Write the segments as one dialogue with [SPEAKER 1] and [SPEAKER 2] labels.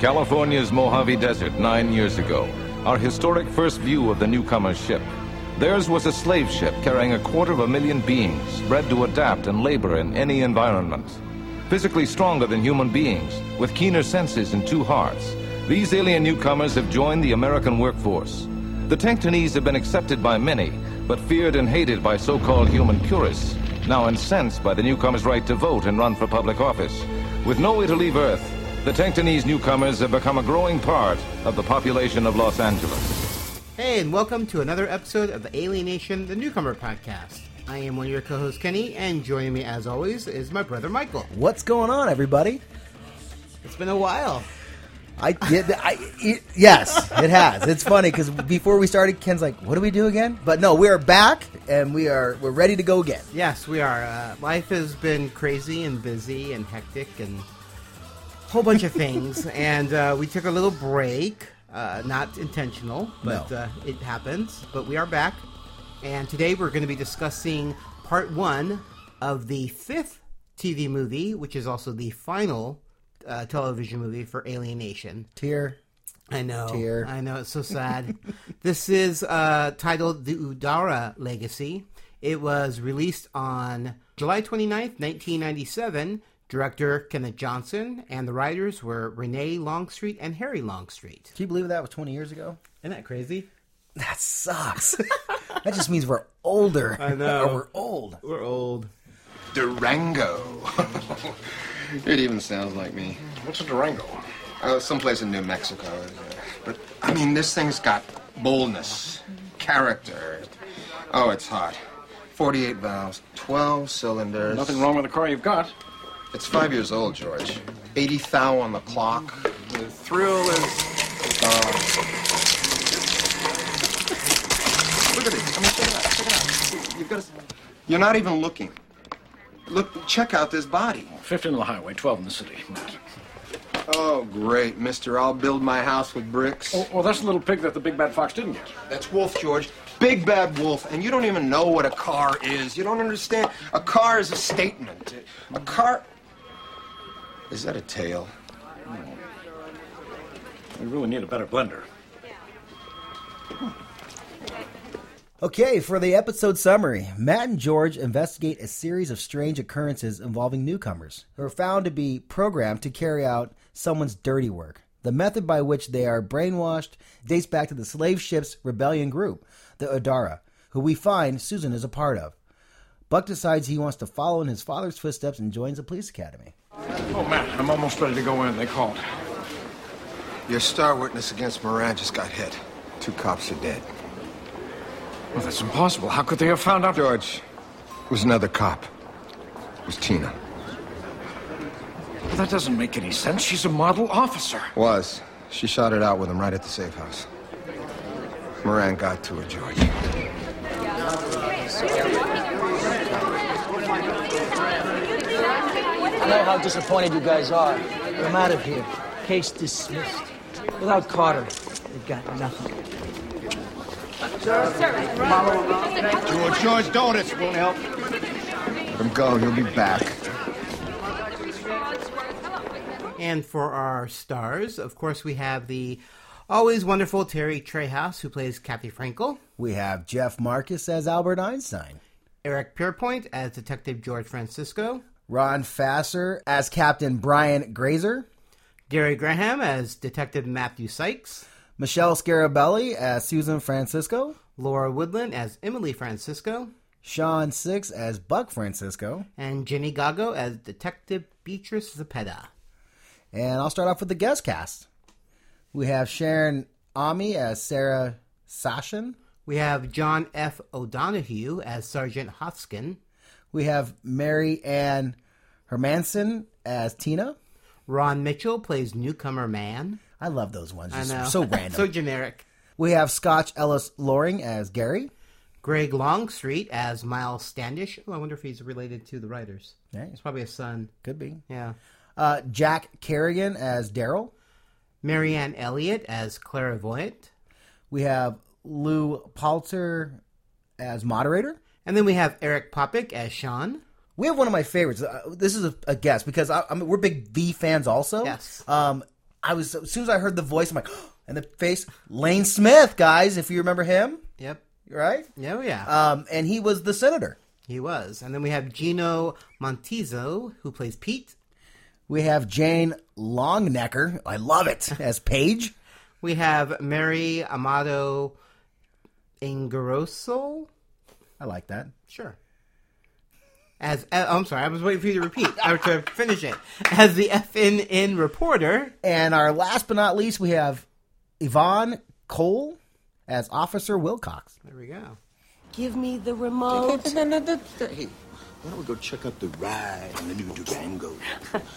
[SPEAKER 1] California's Mojave Desert nine years ago, our historic first view of the newcomer's ship. Theirs was a slave ship carrying a quarter of a million beings, bred to adapt and labor in any environment. Physically stronger than human beings, with keener senses and two hearts, these alien newcomers have joined the American workforce. The Tanctonese have been accepted by many, but feared and hated by so called human purists, now incensed by the newcomers' right to vote and run for public office. With no way to leave Earth, the Tanctonese newcomers have become a growing part of the population of Los Angeles.
[SPEAKER 2] Hey, and welcome to another episode of the Alienation the Newcomer podcast. I am one of your co hosts, Kenny, and joining me as always is my brother Michael.
[SPEAKER 3] What's going on, everybody?
[SPEAKER 2] It's been a while.
[SPEAKER 3] I did. I it, yes, it has. It's funny because before we started, Ken's like, "What do we do again?" But no, we are back and we are we're ready to go again.
[SPEAKER 2] Yes, we are. Uh, life has been crazy and busy and hectic and a whole bunch of things. and uh, we took a little break, uh, not intentional, but
[SPEAKER 3] No.
[SPEAKER 2] uh, it happens. But we are back. And today we're going to be discussing part one of the fifth TV movie, which is also the final uh, television movie for Alienation.
[SPEAKER 3] Tier.
[SPEAKER 2] I know.
[SPEAKER 3] Tear.
[SPEAKER 2] I know. It's so sad. this is uh, titled The Udara Legacy. It was released on July 29th, 1997. Director Kenneth Johnson, and the writers were Renee Longstreet and Harry Longstreet.
[SPEAKER 3] Can you believe that was 20 years ago?
[SPEAKER 2] Isn't that crazy?
[SPEAKER 3] That sucks. that just means we're older. I
[SPEAKER 2] know.
[SPEAKER 3] we're old.
[SPEAKER 2] We're old.
[SPEAKER 4] Durango.
[SPEAKER 5] It even sounds like me.
[SPEAKER 4] What's a Durango?
[SPEAKER 5] Uh, someplace in New Mexico. uh, But, I mean, this thing's got boldness, character. Oh, it's hot. 48 valves, 12 cylinders.
[SPEAKER 4] Nothing wrong with the car you've got.
[SPEAKER 5] It's five years old, George. 80 thou on the uh, clock.
[SPEAKER 4] The thrill is.
[SPEAKER 5] Look at it. I mean, check it out. Check it out. You've got to... You're not even looking. Look, check out this body.
[SPEAKER 4] 15 on the highway, 12 in the city.
[SPEAKER 5] Oh, great, mister. I'll build my house with bricks.
[SPEAKER 4] Oh, well, that's the little pig that the big bad fox didn't get.
[SPEAKER 5] That's Wolf, George. Big bad wolf. And you don't even know what a car is. You don't understand. A car is a statement. A car. Is that a tail?
[SPEAKER 4] We really need a better blender.
[SPEAKER 3] Okay, for the episode summary, Matt and George investigate a series of strange occurrences involving newcomers who are found to be programmed to carry out someone's dirty work. The method by which they are brainwashed dates back to the slave ship's rebellion group, the Odara, who we find Susan is a part of. Buck decides he wants to follow in his father's footsteps and joins the police academy.
[SPEAKER 4] Oh, Matt, I'm almost ready to go in. They called.
[SPEAKER 5] Your star witness against Moran just got hit. Two cops are dead.
[SPEAKER 4] Well, that's impossible. How could they have found out?
[SPEAKER 5] George it was another cop. It was Tina.
[SPEAKER 4] Well, that doesn't make any sense. She's a model officer.
[SPEAKER 5] Was. She shot it out with him right at the safe house. Moran got to her, George.
[SPEAKER 6] What
[SPEAKER 7] I know how disappointed you guys are. I'm out of here. Case dismissed. Without Carter, they've got nothing.
[SPEAKER 5] George, George, don't. It won't help. Let him go. He'll be back.
[SPEAKER 2] And for our stars, of course, we have the always wonderful Terry Trehouse, who plays Kathy Frankel,
[SPEAKER 3] We have Jeff Marcus as Albert Einstein,
[SPEAKER 2] Eric Pierpoint as Detective George Francisco,
[SPEAKER 3] Ron Fasser as Captain Brian Grazer,
[SPEAKER 2] Gary Graham as Detective Matthew Sykes,
[SPEAKER 3] Michelle Scarabelli as Susan Francisco,
[SPEAKER 2] Laura Woodland as Emily Francisco,
[SPEAKER 3] Sean Six as Buck Francisco,
[SPEAKER 2] and Jenny Gago as Detective Beatrice Zepeda.
[SPEAKER 3] and I'll start off with the guest cast. We have Sharon Ami as Sarah Sashin.
[SPEAKER 2] We have John F. O'Donohue as Sergeant Hoskin,
[SPEAKER 3] We have Mary Ann Hermanson as Tina.
[SPEAKER 2] Ron Mitchell plays Newcomer Man.
[SPEAKER 3] I love those ones.
[SPEAKER 2] I
[SPEAKER 3] Just
[SPEAKER 2] know.
[SPEAKER 3] So random.
[SPEAKER 2] so generic.
[SPEAKER 3] we have Scotch Ellis Loring as Gary.
[SPEAKER 2] Greg Longstreet as Miles Standish. Oh, I wonder if he's related to the writers.
[SPEAKER 3] Yeah.
[SPEAKER 2] It's probably a son.
[SPEAKER 3] Could be.
[SPEAKER 2] Yeah.
[SPEAKER 3] Uh, Jack Kerrigan as Daryl.
[SPEAKER 2] Marianne Elliott as Clairvoyant.
[SPEAKER 3] We have Lou Palter as moderator.
[SPEAKER 2] And then we have Eric Popick as Sean.
[SPEAKER 3] We have one of my favorites. Uh, this is a, a guess because I, I mean, we're big V fans also.
[SPEAKER 2] Yes.
[SPEAKER 3] Um, I was as soon as I heard the voice, I'm like, and the face, Lane Smith, guys, if you remember him,
[SPEAKER 2] Yep.
[SPEAKER 3] right?
[SPEAKER 2] Oh yeah,
[SPEAKER 3] Um, and he was the senator.
[SPEAKER 2] he was. And then we have Gino Montizo who plays Pete.
[SPEAKER 3] We have Jane Longnecker. I love it as Paige.
[SPEAKER 2] We have Mary Amado Ingrosso.
[SPEAKER 3] I like that.
[SPEAKER 2] Sure. As uh, I'm sorry, I was waiting for you to repeat or to finish it. As the FNN reporter,
[SPEAKER 3] And our last but not least, we have Yvonne Cole as Officer Wilcox.
[SPEAKER 2] there we go.
[SPEAKER 6] Give me the remote.
[SPEAKER 8] Hey, why don't we go check out the ride on the new Durango?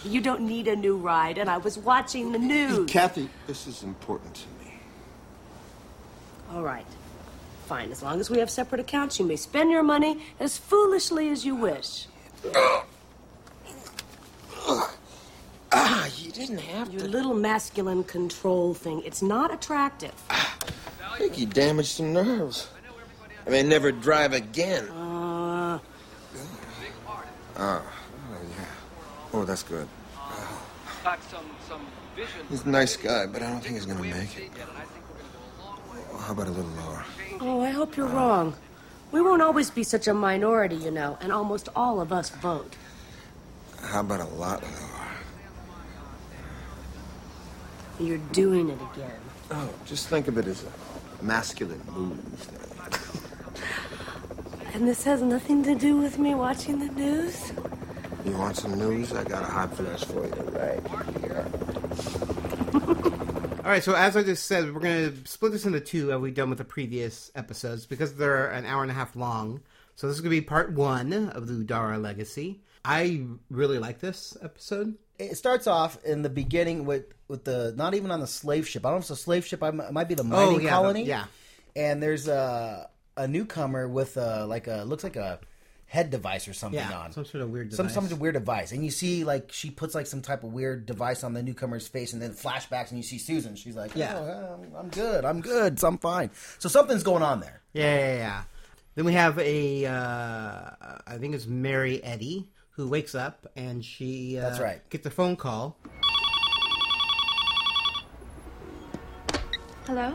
[SPEAKER 6] You don't need a new ride, and I was watching the news.
[SPEAKER 8] Kathy,
[SPEAKER 5] This is important to me.
[SPEAKER 6] All right. Fine, as long as we have separate accounts, you may spend your money as foolishly as you wish.
[SPEAKER 8] ah, you didn't have
[SPEAKER 6] Your
[SPEAKER 8] to.
[SPEAKER 6] little masculine control thing, it's not attractive.
[SPEAKER 8] I think you damaged some nerves. I may never drive again.
[SPEAKER 6] Uh,
[SPEAKER 5] Oh, that's good.
[SPEAKER 9] Got some, some vision.
[SPEAKER 5] He's a nice guy, but I don't think he's gonna make it.
[SPEAKER 9] And I think we're going to go a long way.
[SPEAKER 5] Well, how about a little lower?
[SPEAKER 6] Oh, I hope you're wrong. We won't always be such a minority, you know, and almost all of us vote.
[SPEAKER 5] How about a lot lower?
[SPEAKER 6] You're doing it again.
[SPEAKER 5] Oh, just think of it as a masculine move.
[SPEAKER 6] And this has nothing to do with me watching the news?
[SPEAKER 5] You want some news? I got a hot flash for you right here.
[SPEAKER 2] All right, so as I just said, we're going to split this into two. Are we done with the previous episodes because they're an hour and a half long? So this is going to be part one of the Udara Legacy. I really like this episode.
[SPEAKER 3] It starts off in the beginning with with the not even on the slave ship. I don't know if it's a slave ship. I m- it might be the mining
[SPEAKER 2] Oh, yeah, the-
[SPEAKER 3] colony.
[SPEAKER 2] yeah.
[SPEAKER 3] And there's a a newcomer with a like a looks like a head device or something
[SPEAKER 2] Yeah,
[SPEAKER 3] on
[SPEAKER 2] some sort of weird
[SPEAKER 3] some some
[SPEAKER 2] device.
[SPEAKER 3] weird device. And you see like she puts like some type of weird device on the newcomer's face, and then flashbacks, and you see Susan. She's like,
[SPEAKER 2] Yeah.
[SPEAKER 3] "Oh, I'm, I'm good. I'm good. I'm fine. So something's going on there.
[SPEAKER 2] Yeah, yeah, yeah. Then we have a, uh, I think it's Mary Eddy who wakes up and she uh,
[SPEAKER 3] That's right.
[SPEAKER 2] gets a phone call.
[SPEAKER 10] Hello?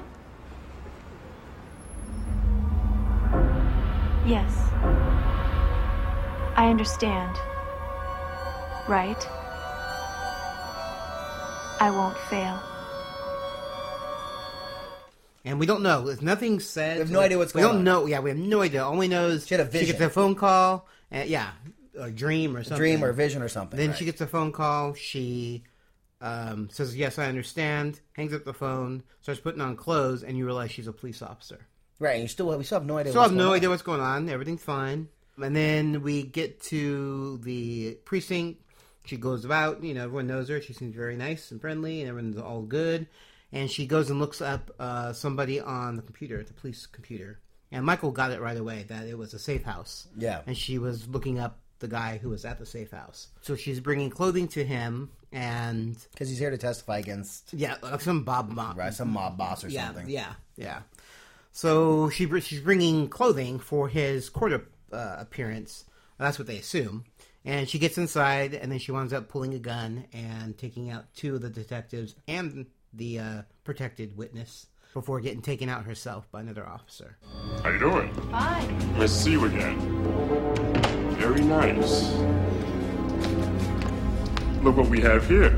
[SPEAKER 10] Yes. I understand. Right? I won't fail.
[SPEAKER 2] And we don't know. There's nothing said. We
[SPEAKER 3] have no idea what's
[SPEAKER 2] we
[SPEAKER 3] going
[SPEAKER 2] don't
[SPEAKER 3] on.
[SPEAKER 2] know. Yeah, we have no idea. All we know is
[SPEAKER 3] She had a
[SPEAKER 2] gets
[SPEAKER 3] vision.
[SPEAKER 2] a phone call. And, yeah, a dream or something.
[SPEAKER 3] Dream or vision or something.
[SPEAKER 2] Then
[SPEAKER 3] right?
[SPEAKER 2] she gets a phone call. She um, says, "Yes, I understand." Hangs up the phone. Starts putting on clothes, and you realize she's a police officer.
[SPEAKER 3] right. And you still we still have no idea.
[SPEAKER 2] So I
[SPEAKER 3] what's
[SPEAKER 2] have no
[SPEAKER 3] going on.
[SPEAKER 2] idea what's going on. Everything's fine. And then we get to the precinct. She goes about. You know, everyone knows her. She seems very nice and friendly, and everyone's all good. And she goes and looks up uh, somebody on the computer, the police computer. And Michael got it right away that it was a safe house.
[SPEAKER 3] Yeah.
[SPEAKER 2] And she was looking up the guy who was at the safe house. So she's bringing clothing to him, and
[SPEAKER 3] because he's here to testify against
[SPEAKER 2] yeah, like some Bob Mop.
[SPEAKER 3] right, some mob boss or
[SPEAKER 2] Yeah,
[SPEAKER 3] something.
[SPEAKER 2] yeah, yeah. So she br- she's bringing clothing for his court ap- uh, appearance. That's what they assume. And she gets inside, and then she winds up pulling a gun and taking out two of the detectives and the uh, protected witness before getting taken out herself by another officer.
[SPEAKER 11] How you doing?
[SPEAKER 10] Fine.
[SPEAKER 11] Nice to see you again. Very nice. Look what we have here.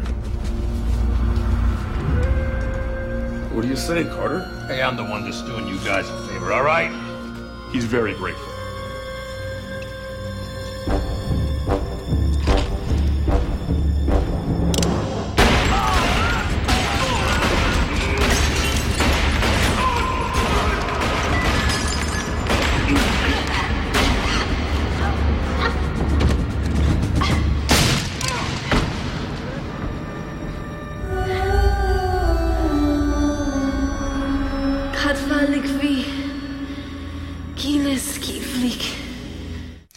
[SPEAKER 11] What do you say, Carter?
[SPEAKER 4] Hey, I'm the one that's doing you guys a favor, all right?
[SPEAKER 11] He's very grateful.
[SPEAKER 10] Katvalig vi. Kileski flik.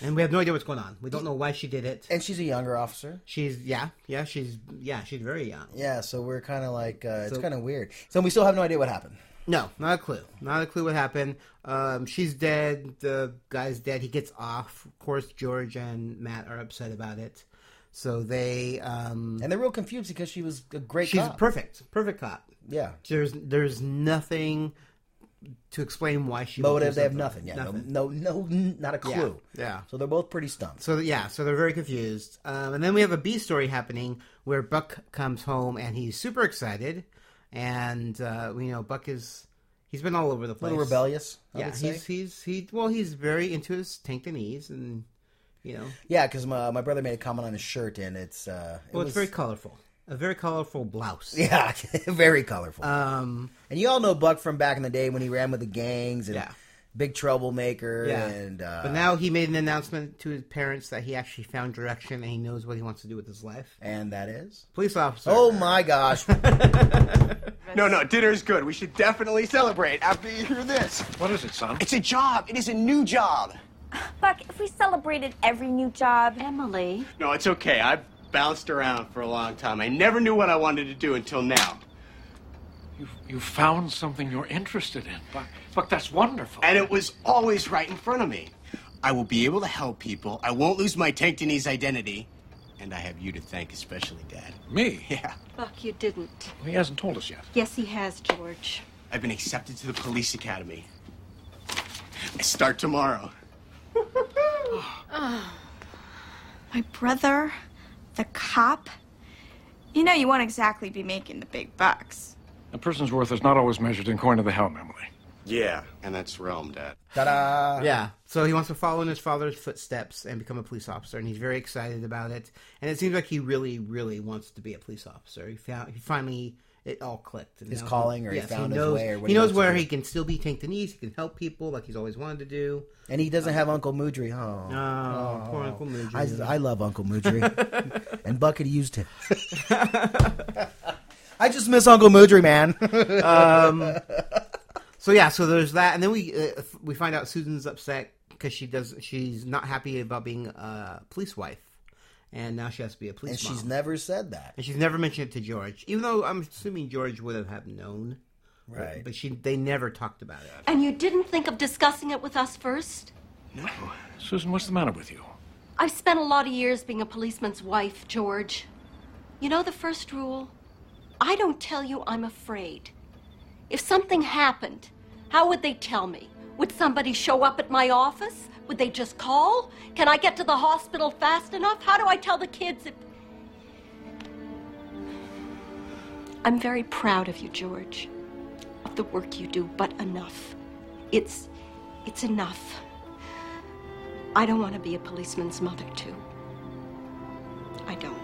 [SPEAKER 2] And we have no idea what's going on. We don't know why she did it.
[SPEAKER 3] And she's a younger officer.
[SPEAKER 2] She's yeah, yeah. She's yeah. She's very young.
[SPEAKER 3] Yeah, so we're kind of like uh, it's kind of weird. So we still have no idea what happened.
[SPEAKER 2] No, not a clue. Not a clue what happened. Um, she's dead. The guy's dead. He gets off. Of course, George and Matt are upset about it. So they um,
[SPEAKER 3] and they're real confused because she was a great.
[SPEAKER 2] She's
[SPEAKER 3] cop.
[SPEAKER 2] perfect, perfect cop.
[SPEAKER 3] Yeah.
[SPEAKER 2] There's there's nothing to explain why she would do
[SPEAKER 3] Motive, they have
[SPEAKER 2] something.
[SPEAKER 3] nothing. Yeah, No, no, no, not a
[SPEAKER 2] Yeah.
[SPEAKER 3] clue.
[SPEAKER 2] Yeah.
[SPEAKER 3] So they're both pretty stumped.
[SPEAKER 2] So yeah, so they're very confused. Um, and then we have a B story happening where Buck comes home and he's super excited, and uh, we know Buck is he's been all over the place,
[SPEAKER 3] little rebellious, I
[SPEAKER 2] yeah,
[SPEAKER 3] would say.
[SPEAKER 2] he's he's he well he's very into his tank and ease and you know
[SPEAKER 3] Yeah, because my, my brother made a comment on his shirt, and it's uh, it
[SPEAKER 2] well
[SPEAKER 3] was-
[SPEAKER 2] it's very colorful, a very colorful blouse.
[SPEAKER 3] Yeah, very colorful.
[SPEAKER 2] Um,
[SPEAKER 3] and you all know Buck from back in the day when he ran with the gangs and
[SPEAKER 2] Yeah.
[SPEAKER 3] big troublemaker.
[SPEAKER 2] Yeah.
[SPEAKER 3] and uh,
[SPEAKER 2] but now he made an announcement to his parents that he actually found direction and he knows what he wants to do with his life.
[SPEAKER 3] And that is
[SPEAKER 2] police officer.
[SPEAKER 3] oh my gosh,
[SPEAKER 12] No, no, dinner's good. We should definitely celebrate after you hear this. What is it, son? It's a job. It is a new job.
[SPEAKER 13] Buck, if we celebrated every new job. Emily.
[SPEAKER 12] No, it's okay. I've bounced around for a long time. I never knew what I wanted to do until now. You, you found something you're interested in, Buck. Buck, that's wonderful. And it was always right in front of me. I will be able to help people. I won't lose my Tanktonese identity. And I have you to thank, especially Dad. Me? Yeah.
[SPEAKER 14] Buck, you didn't.
[SPEAKER 12] He hasn't told us yet.
[SPEAKER 14] Yes, he has, George.
[SPEAKER 12] I've been accepted to the police academy. I start tomorrow.
[SPEAKER 13] My brother, the cop. You know, you won't exactly be making the big bucks.
[SPEAKER 4] A person's worth is not always measured in coin of the helm, Emily.
[SPEAKER 12] Yeah, and that's realm, Dad.
[SPEAKER 3] Ta-da!
[SPEAKER 2] Yeah. So he wants to follow in his father's footsteps and become a police officer, and he's very excited about it. And it seems like he really, really wants to be a police officer. He found he finally it all clicked. and
[SPEAKER 3] His
[SPEAKER 2] now
[SPEAKER 3] calling, or he found his
[SPEAKER 2] knows,
[SPEAKER 3] way, or what
[SPEAKER 2] he
[SPEAKER 3] he
[SPEAKER 2] knows
[SPEAKER 3] wants to
[SPEAKER 2] where
[SPEAKER 3] do.
[SPEAKER 2] he can still be tanked in knees. He can help people like he's always wanted to do.
[SPEAKER 3] and he doesn't have Uncle Moodry. Oh,
[SPEAKER 2] Oh, poor Uncle Moodry.
[SPEAKER 3] I, I love Uncle Moodry, and Bucket used him. I just miss Uncle Moodry, man.
[SPEAKER 2] um, so yeah, so there's that, and then we uh, f- we find out Susan's upset because she does she's not happy about being a police wife, and now she has to be a police.
[SPEAKER 3] and she's
[SPEAKER 2] mom.
[SPEAKER 3] never said that.
[SPEAKER 2] And she's never mentioned it to George, even though I'm assuming George would have have known.
[SPEAKER 3] Right.
[SPEAKER 2] But she they never talked about it.
[SPEAKER 14] And you didn't think of discussing it with us first?
[SPEAKER 12] No.
[SPEAKER 4] Susan, what's the matter with you?
[SPEAKER 14] I've spent a lot of years being a policeman's wife, George. You know the first rule? I don't tell you I'm afraid. If something happened, how would they tell me? Would somebody show up at my office? Would they just call? Can I get to the hospital fast enough? How do I tell the kids if. I'm very proud of you, George, of the work you do, but enough. It's. it's enough. I don't want to be a policeman's mother, too. I don't.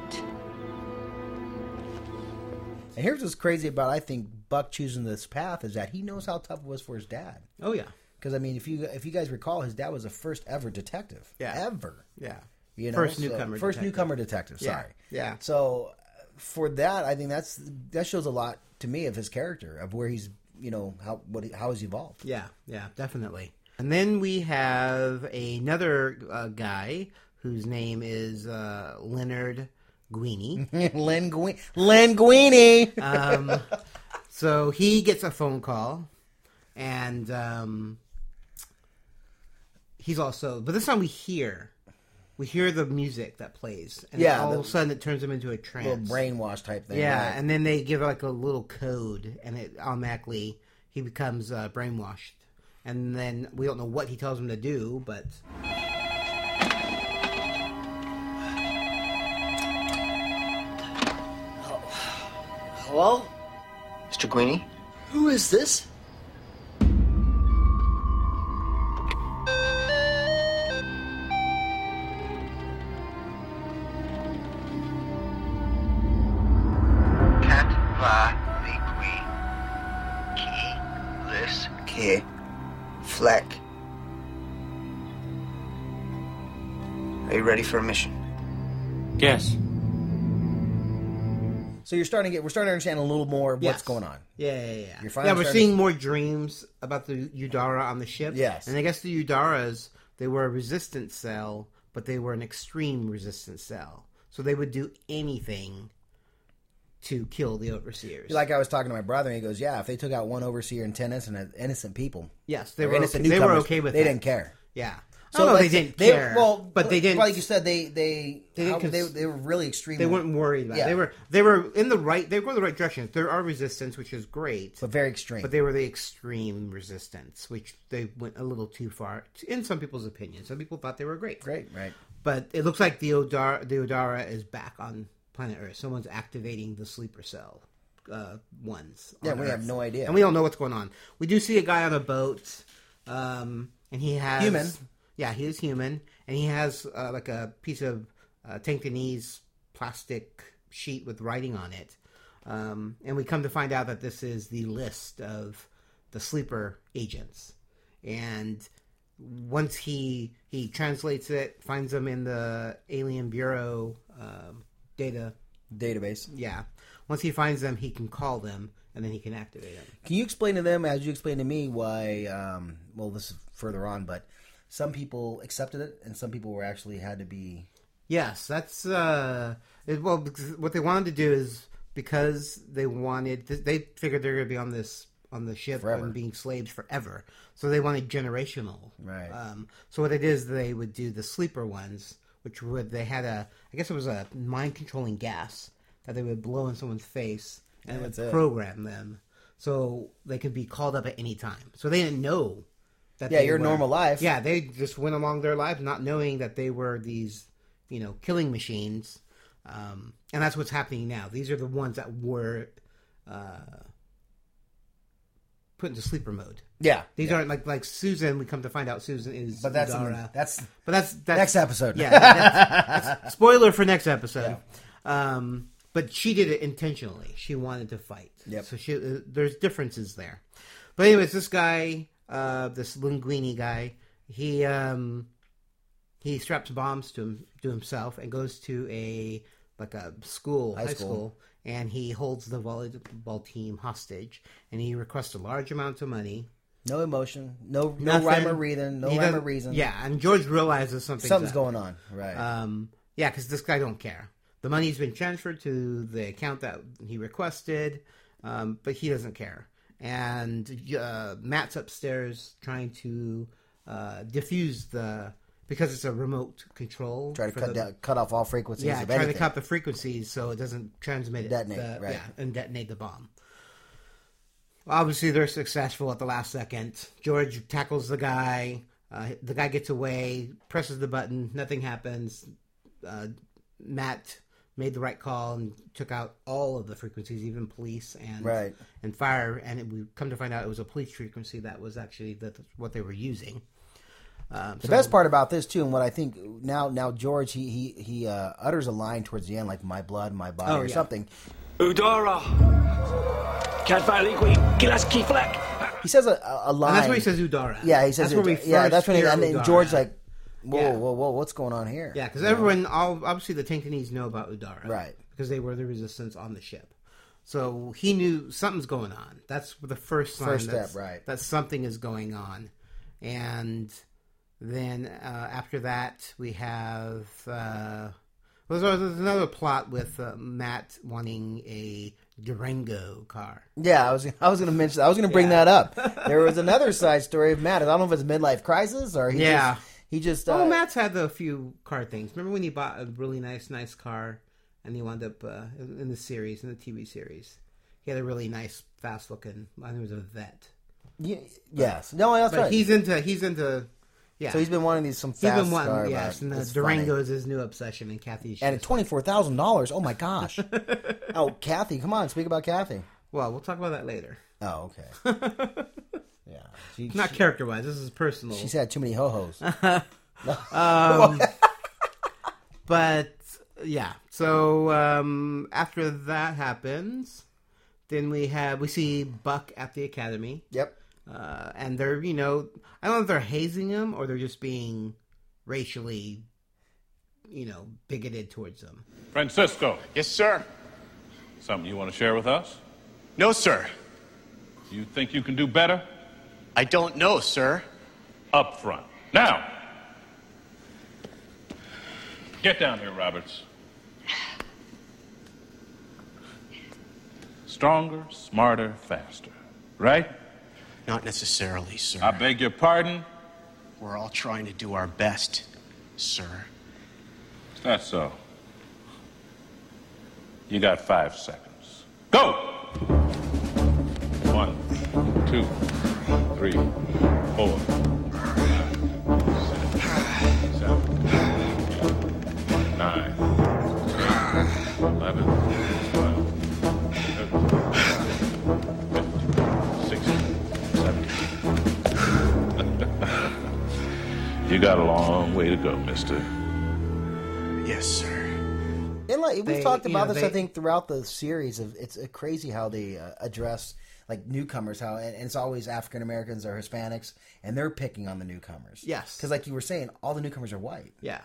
[SPEAKER 3] And here's what's crazy about I think Buck choosing this path is that he knows how tough it was for his dad.
[SPEAKER 2] Oh yeah,
[SPEAKER 3] because I mean, if you if you guys recall, his dad was the first ever detective.
[SPEAKER 2] Yeah.
[SPEAKER 3] ever.
[SPEAKER 2] Yeah.
[SPEAKER 3] You know,
[SPEAKER 2] First
[SPEAKER 3] so-
[SPEAKER 2] newcomer
[SPEAKER 3] First
[SPEAKER 2] detective.
[SPEAKER 3] newcomer detective.
[SPEAKER 2] Yeah.
[SPEAKER 3] Sorry.
[SPEAKER 2] Yeah.
[SPEAKER 3] So uh, for that, I think that's that shows a lot to me of his character, of where he's you know how what he- how he's evolved.
[SPEAKER 2] Yeah, yeah, definitely. And then we have another uh, guy whose name is uh, Leonard Guini.
[SPEAKER 3] Len Guini. Len Guini.
[SPEAKER 2] um, so he gets a phone call, and um, he's also. But this time we hear, we hear the music that plays, and
[SPEAKER 3] Yeah,
[SPEAKER 2] all
[SPEAKER 3] the-
[SPEAKER 2] of a sudden it turns him into a trance,
[SPEAKER 3] Little brainwash type thing.
[SPEAKER 2] yeah,
[SPEAKER 3] right?
[SPEAKER 2] and then they give like a little code, and it automatically he becomes uh, brainwashed. And then we don't know what he tells him to do, but
[SPEAKER 15] Hello? Mr. Guini? Who is this?
[SPEAKER 8] This
[SPEAKER 15] Kid. Fleck. Are you ready for a mission?
[SPEAKER 16] Yes.
[SPEAKER 3] so you're starting to get we're starting to understand a little more what's
[SPEAKER 2] Yes.
[SPEAKER 3] going on.
[SPEAKER 2] yeah, yeah, yeah.
[SPEAKER 3] You're finally
[SPEAKER 2] yeah, we're
[SPEAKER 3] starting-
[SPEAKER 2] seeing more dreams about the Udara on the ship.
[SPEAKER 3] Yes.
[SPEAKER 2] and I guess the Udaras they were a resistance cell, but they were an extreme resistance cell, so they would do anything to kill the overseers.
[SPEAKER 3] Like I was talking to my brother, and he goes, "Yeah, if they took out one overseer and ten innocent, innocent people,
[SPEAKER 2] Yes, they
[SPEAKER 3] or
[SPEAKER 2] were
[SPEAKER 3] innocent
[SPEAKER 2] okay- they were
[SPEAKER 3] newcomers,
[SPEAKER 2] okay with
[SPEAKER 3] They
[SPEAKER 2] that.
[SPEAKER 3] didn't care.
[SPEAKER 2] Yeah. So they didn't care.
[SPEAKER 3] well,
[SPEAKER 2] but they didn't.
[SPEAKER 3] Like you said, they they
[SPEAKER 2] They
[SPEAKER 3] they,
[SPEAKER 2] didn't cons-
[SPEAKER 3] they, they were really extreme.
[SPEAKER 2] They weren't worried about
[SPEAKER 3] Yeah.
[SPEAKER 2] it. They were they were in the right. They were going the right direction. There are resistance, which is great,
[SPEAKER 3] but very extreme.
[SPEAKER 2] But they were the extreme resistance, which they went a little too far. In some people's opinion, some people thought they were great.
[SPEAKER 3] Great, right?
[SPEAKER 2] But it looks like the Odara, the Odara is back on planet Earth. Someone's activating the sleeper cell uh, ones.
[SPEAKER 3] Yeah,
[SPEAKER 2] on
[SPEAKER 3] we have
[SPEAKER 2] Earth.
[SPEAKER 3] no idea.
[SPEAKER 2] and we don't know what's going on. We do see a guy on a boat, um, and he has
[SPEAKER 3] Human.
[SPEAKER 2] Yeah, he is human, and he has uh, like a piece of uh, Tankanese plastic sheet with writing on it. Um, and we come to find out that this is the list of the sleeper agents. And once he he translates it, finds them in the Alien Bureau um, data
[SPEAKER 3] database.
[SPEAKER 2] Yeah. Once he finds them, he can call them, and then he can activate them.
[SPEAKER 3] Can you explain to them, as you explained to me, why? Um, well, this is further on, but some people accepted it, and some people were actually had to be.
[SPEAKER 2] Yes, that's uh, it, well. because What they wanted to do is because they wanted they figured they're going to be on this on the ship
[SPEAKER 3] Forever.
[SPEAKER 2] and being slaves forever, so they wanted generational.
[SPEAKER 3] Right.
[SPEAKER 2] Um, so what it is, they would do the sleeper ones, which would they had a I guess it was a mind controlling gas that they would blow in someone's face and it
[SPEAKER 3] That's
[SPEAKER 2] would
[SPEAKER 3] it.
[SPEAKER 2] program them so they could be called up at any time. So they didn't know that
[SPEAKER 3] Yeah,
[SPEAKER 2] they
[SPEAKER 3] your
[SPEAKER 2] were-
[SPEAKER 3] normal life.
[SPEAKER 2] Yeah, they just went along their life not knowing that they were these, you know, killing machines. Um, and that's what's happening now. These are the ones that were uh, put into sleeper mode.
[SPEAKER 3] Yeah,
[SPEAKER 2] These aren't like like Susan. We come to find out Susan is
[SPEAKER 3] But that's in-
[SPEAKER 2] Udara.
[SPEAKER 3] that's-
[SPEAKER 2] but that's, that's
[SPEAKER 3] next episode.
[SPEAKER 2] Yeah, that's, that's- spoiler for next episode. Um, but she did it intentionally. She wanted to fight. Yep. So she, uh, there's differences there. But anyways, this guy, uh, this Linguini guy, he um, he straps bombs to him, to himself and goes to a like a school,
[SPEAKER 3] High
[SPEAKER 2] high,
[SPEAKER 3] school.
[SPEAKER 2] school. and he holds the volleyball team hostage, and he requests a large amount of money.
[SPEAKER 3] No emotion, no no rhyme or reason, no
[SPEAKER 2] He
[SPEAKER 3] rhyme or
[SPEAKER 2] doesn't-
[SPEAKER 3] reason.
[SPEAKER 2] Yeah, and George realizes something's,
[SPEAKER 3] Something's
[SPEAKER 2] up.
[SPEAKER 3] going on, right.
[SPEAKER 2] Um, yeah, because this guy don't care. The money's been transferred to the account that he requested, um, but he doesn't care. And uh, Matt's upstairs trying to uh, diffuse the because it's a remote control.
[SPEAKER 3] Try to
[SPEAKER 2] for
[SPEAKER 3] cut
[SPEAKER 2] the-
[SPEAKER 3] down, cut off all frequencies.
[SPEAKER 2] yeah,
[SPEAKER 3] of
[SPEAKER 2] trying
[SPEAKER 3] anything.
[SPEAKER 2] to cut the frequencies so it doesn't transmit it.
[SPEAKER 3] Detonate,
[SPEAKER 2] the-
[SPEAKER 3] right.
[SPEAKER 2] Yeah, and detonate the bomb. Obviously, they're successful at the last second. George tackles the guy. Uh, the guy gets away, presses the button. Nothing happens. Uh, Matt made the right call and took out all of the frequencies, even police and
[SPEAKER 3] Right.
[SPEAKER 2] and fire. And it, we come to find out it was a police frequency that was actually the, what they were using. Um,
[SPEAKER 3] The best part about this too, and what I think now, now George he he he uh, utters a line towards the end like "my blood, my body"
[SPEAKER 12] Oh,
[SPEAKER 3] or
[SPEAKER 12] yeah.
[SPEAKER 3] something.
[SPEAKER 12] Udara! Katvalikwi, Kilaski Flek!
[SPEAKER 3] He says a, a- a line.
[SPEAKER 2] that's where he says Udara.
[SPEAKER 3] Yeah, he says
[SPEAKER 2] That's where we
[SPEAKER 3] Udara. yeah,
[SPEAKER 2] first
[SPEAKER 3] that's when he,
[SPEAKER 2] hear
[SPEAKER 3] and then
[SPEAKER 2] Udara.
[SPEAKER 3] George like, whoa, whoa, whoa, what's going on here?
[SPEAKER 2] Yeah, because
[SPEAKER 3] You know?
[SPEAKER 2] everyone, all obviously the Tankanese know about Udara,
[SPEAKER 3] Right.
[SPEAKER 2] Because they were the resistance on the ship, so he knew something's going on. That's the first sign.
[SPEAKER 3] First
[SPEAKER 2] that's-
[SPEAKER 3] step, right.
[SPEAKER 2] That something is going on, and then uh, after that we have. Uh, well, there's, there's another plot with uh, Matt wanting a Durango car.
[SPEAKER 3] Yeah, I was I was gonna mention I was gonna bring that up. There was another side story of Matt. I don't know if it's midlife crisis or he
[SPEAKER 2] Yeah.
[SPEAKER 3] just, he just uh,
[SPEAKER 2] Oh, Matt's had a few car things. Remember when he bought a really nice, nice car, and he wound up uh, in in the series, in the TV series. He had a really nice, fast looking. I think it was a vet.
[SPEAKER 3] Ye- yes. No, that's
[SPEAKER 2] but
[SPEAKER 3] right.
[SPEAKER 2] He's into. He's into. Yeah.
[SPEAKER 3] So he's been wanting these some
[SPEAKER 2] He's been
[SPEAKER 3] fast
[SPEAKER 2] wanting-
[SPEAKER 3] car,
[SPEAKER 2] Yes,
[SPEAKER 3] but
[SPEAKER 2] and the
[SPEAKER 3] it's
[SPEAKER 2] Durango is his new obsession, and Kathy's.
[SPEAKER 3] and at
[SPEAKER 2] just-
[SPEAKER 3] twenty four thousand dollars. Oh my gosh. oh, Kathy, come on, speak about Kathy.
[SPEAKER 2] well, we'll talk about that later.
[SPEAKER 3] Oh, okay. yeah. She,
[SPEAKER 2] Not character wise. This is personal.
[SPEAKER 3] she's had too many ho hos.
[SPEAKER 2] Um, but yeah, so um, after that happens, then we have we see Buck at the academy.
[SPEAKER 3] Yep.
[SPEAKER 2] Uh, and they're you know I don't know if they're hazing him or they're just being racially, you know, bigoted towards them.
[SPEAKER 11] Francisco.
[SPEAKER 4] Yes, sir.
[SPEAKER 11] Something you want to share with us?
[SPEAKER 4] No, sir.
[SPEAKER 11] You think you can do better?
[SPEAKER 4] I don't know, sir.
[SPEAKER 11] Up front. Now! Get down here, Roberts. Stronger, smarter, faster. Right?
[SPEAKER 4] Not necessarily, sir.
[SPEAKER 11] I beg your pardon.
[SPEAKER 16] We're all trying to do our best, sir.
[SPEAKER 11] Is that so? You got five seconds. Go! One, two, three, four. five, six, seven, eight, nine, ten, eleven, twelve, thirteen, sixteen, seventeen. You got a long way to go, mister.
[SPEAKER 16] Yes, sir.
[SPEAKER 3] And like we've
[SPEAKER 16] They-
[SPEAKER 3] talked
[SPEAKER 16] you
[SPEAKER 3] about
[SPEAKER 16] know,
[SPEAKER 3] this, I
[SPEAKER 16] they-
[SPEAKER 3] think throughout the series of it's uh, crazy how they uh, address like newcomers. How and, and it's always African Americans or Hispanics, and they're picking on the newcomers.
[SPEAKER 2] Yes.
[SPEAKER 3] because like you were saying, all the newcomers are white.
[SPEAKER 2] Yeah.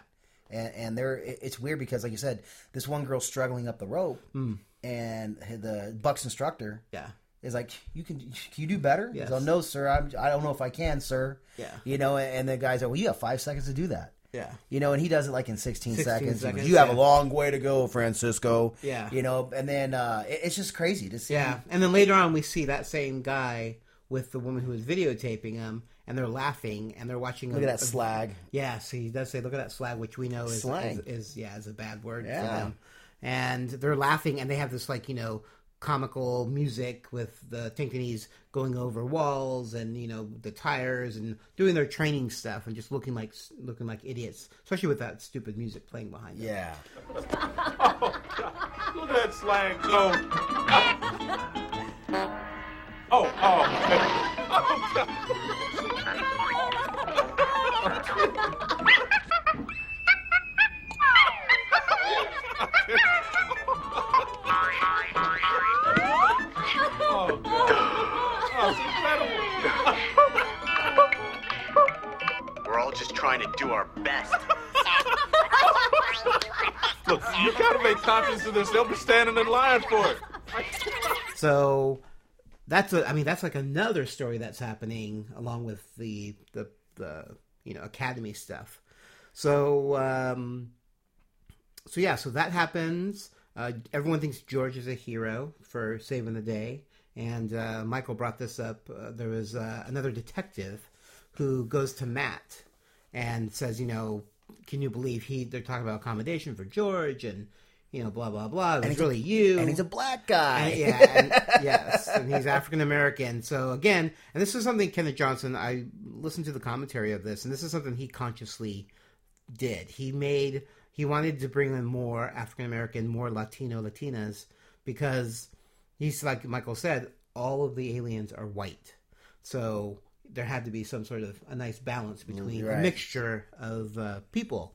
[SPEAKER 3] and and they're it- it's weird because like you said, this one girl struggling up the rope,
[SPEAKER 2] Mm.
[SPEAKER 3] and the Bucks instructor,
[SPEAKER 2] Yeah.
[SPEAKER 3] is like, you can, can you do better?
[SPEAKER 2] Yes.
[SPEAKER 3] He's like, no, sir, I'm, I don't know if I can, sir.
[SPEAKER 2] Yeah.
[SPEAKER 3] you know, and, and the guys are, well, you have five seconds to do that.
[SPEAKER 2] Yeah.
[SPEAKER 3] You know, and he does it like in 16,
[SPEAKER 2] 16
[SPEAKER 3] seconds. He goes,
[SPEAKER 2] seconds,
[SPEAKER 3] you have
[SPEAKER 2] yeah.
[SPEAKER 3] a long way to go, Francisco.
[SPEAKER 2] Yeah.
[SPEAKER 3] You know, and then uh, it- it's just crazy to see.
[SPEAKER 2] Yeah, and then later on we see that same guy with the woman who was videotaping him, and they're laughing and they're watching.
[SPEAKER 3] Look
[SPEAKER 2] a-
[SPEAKER 3] at that
[SPEAKER 2] a-
[SPEAKER 3] slag.
[SPEAKER 2] Yeah, see, he does say, "Look at that slag," which we know is
[SPEAKER 3] Slang.
[SPEAKER 2] is, is- yeah is a bad word
[SPEAKER 3] Yeah.
[SPEAKER 2] for them. And they're laughing, and they have this like you know comical music with the Tinkanies going over walls and you know the tires and doing their training stuff and just looking like looking like idiots, especially with that stupid music playing behind them.
[SPEAKER 3] Yeah.
[SPEAKER 11] Look at that slang go. Oh,
[SPEAKER 10] Oh,
[SPEAKER 16] We're all just trying to do our best.
[SPEAKER 11] Look, you gotta make copies of this. They'll be standing in line for it.
[SPEAKER 2] So that's a, I mean that's like another story that's happening along with the the, the you know academy stuff. So um, so yeah, so that happens. Uh, everyone thinks George is a hero for saving the day, and uh, Michael brought this up. Uh, there was uh, another detective who goes to Matt and says, you know, can you believe he? They're talking about accommodation for George, and you know, blah blah blah. It was
[SPEAKER 3] he's a-
[SPEAKER 2] really you,
[SPEAKER 3] and he's a black guy.
[SPEAKER 2] And- Uh, yeah, and, yes, and he's African American. So again, and this is something Kenneth Johnson. I listened to the commentary of this, and this is something he consciously did. He made he wanted to bring in more African American, more Latino Latinas because he's like Michael said, all of the aliens are white, so there had to be some sort of a nice balance between
[SPEAKER 3] Mm, right.
[SPEAKER 2] a mixture of uh, people.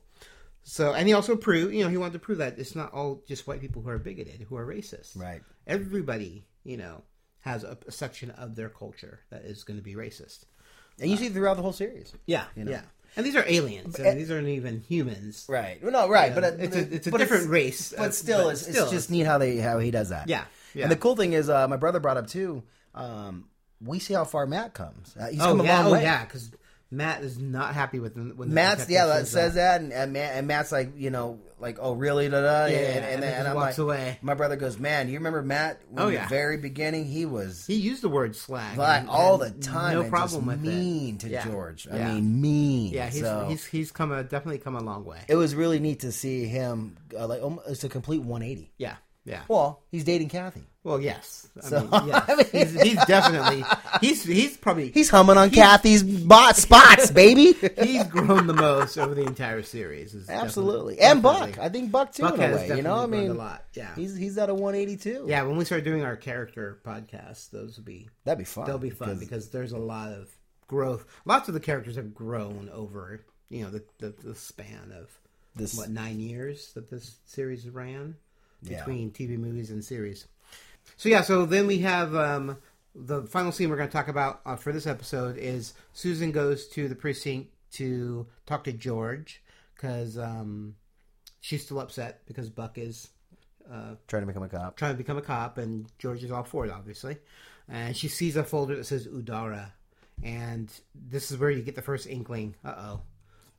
[SPEAKER 2] So, and he also proved, you know, he wanted to prove that it's not all just white people who are bigoted, who are racist.
[SPEAKER 3] Right.
[SPEAKER 2] Everybody, you know, has a, a section of their culture that is going to be racist.
[SPEAKER 3] And you see throughout the whole series.
[SPEAKER 2] Yeah,
[SPEAKER 3] You know?
[SPEAKER 2] yeah. And these are aliens. I mean, these aren't even humans.
[SPEAKER 3] Right. Well, no, right.
[SPEAKER 2] Yeah.
[SPEAKER 3] But uh,
[SPEAKER 2] it's a, it's a
[SPEAKER 3] but
[SPEAKER 2] different race. uh,
[SPEAKER 3] But still, it's,
[SPEAKER 2] still,
[SPEAKER 3] it's just neat how they how he does that.
[SPEAKER 2] Yeah, yeah.
[SPEAKER 3] And the cool thing is, uh, my brother brought up too. Um, we see how far Matt comes. Uh, he's
[SPEAKER 2] oh,
[SPEAKER 3] come a
[SPEAKER 2] yeah,
[SPEAKER 3] long
[SPEAKER 2] oh,
[SPEAKER 3] way.
[SPEAKER 2] yeah, because Matt is not happy with them. When the
[SPEAKER 3] Matt's
[SPEAKER 2] detective
[SPEAKER 3] yeah that says that, and, and, Matt, and Matt's like you know like oh really da
[SPEAKER 2] Yeah,
[SPEAKER 3] da and, and,
[SPEAKER 2] and
[SPEAKER 3] and,
[SPEAKER 2] then just
[SPEAKER 3] I'm
[SPEAKER 2] walks
[SPEAKER 3] like
[SPEAKER 2] away.
[SPEAKER 3] my brother goes man you remember Matt when
[SPEAKER 2] Oh,
[SPEAKER 3] the
[SPEAKER 2] yeah.
[SPEAKER 3] very beginning he was
[SPEAKER 2] He used the word slag.
[SPEAKER 3] like
[SPEAKER 2] and-
[SPEAKER 3] all the
[SPEAKER 2] and
[SPEAKER 3] time
[SPEAKER 2] No
[SPEAKER 3] and
[SPEAKER 2] problem
[SPEAKER 3] just
[SPEAKER 2] with it.
[SPEAKER 3] mean to
[SPEAKER 2] Yeah.
[SPEAKER 3] George
[SPEAKER 2] Yeah.
[SPEAKER 3] I mean mean
[SPEAKER 2] Yeah, he's,
[SPEAKER 3] so
[SPEAKER 2] he's he's come a definitely come a long way.
[SPEAKER 3] it was really neat to see him uh, like almo- it's a complete 180
[SPEAKER 2] Yeah, yeah.
[SPEAKER 3] well he's dating Kathy
[SPEAKER 2] Well, yes. I
[SPEAKER 3] So,
[SPEAKER 2] mean, yes.
[SPEAKER 3] I mean-
[SPEAKER 2] he's, he's definitely he's he's probably
[SPEAKER 3] he's humming on Kathy's bot spots baby
[SPEAKER 2] he's grown the most over the entire series. is definitely-
[SPEAKER 3] absolutely and Buck
[SPEAKER 2] definitely.
[SPEAKER 3] I think Buck too
[SPEAKER 2] Buck
[SPEAKER 3] in a
[SPEAKER 2] has
[SPEAKER 3] way you know I
[SPEAKER 2] definitely grown
[SPEAKER 3] mean
[SPEAKER 2] a lot. Yeah,
[SPEAKER 3] he's he's at a 182
[SPEAKER 2] yeah. When we start doing our character podcast, those would be
[SPEAKER 3] That'd be fun,
[SPEAKER 2] They'll be fun
[SPEAKER 3] because-
[SPEAKER 2] because, there's a lot of growth. Lots of the characters have grown over you know the the, the span of
[SPEAKER 3] This-
[SPEAKER 2] what nine years that this series ran
[SPEAKER 3] Yeah.
[SPEAKER 2] between TV movies and series. So yeah, so then we have um, the final scene we're going to talk about uh, for this episode is Susan goes to the precinct to talk to George because um, she's still upset because Buck is uh,
[SPEAKER 3] trying to become a cop
[SPEAKER 2] trying to become a cop, and George is all for it, obviously. And she sees a folder that says Udara, and this is where you get the first inkling. Uh oh,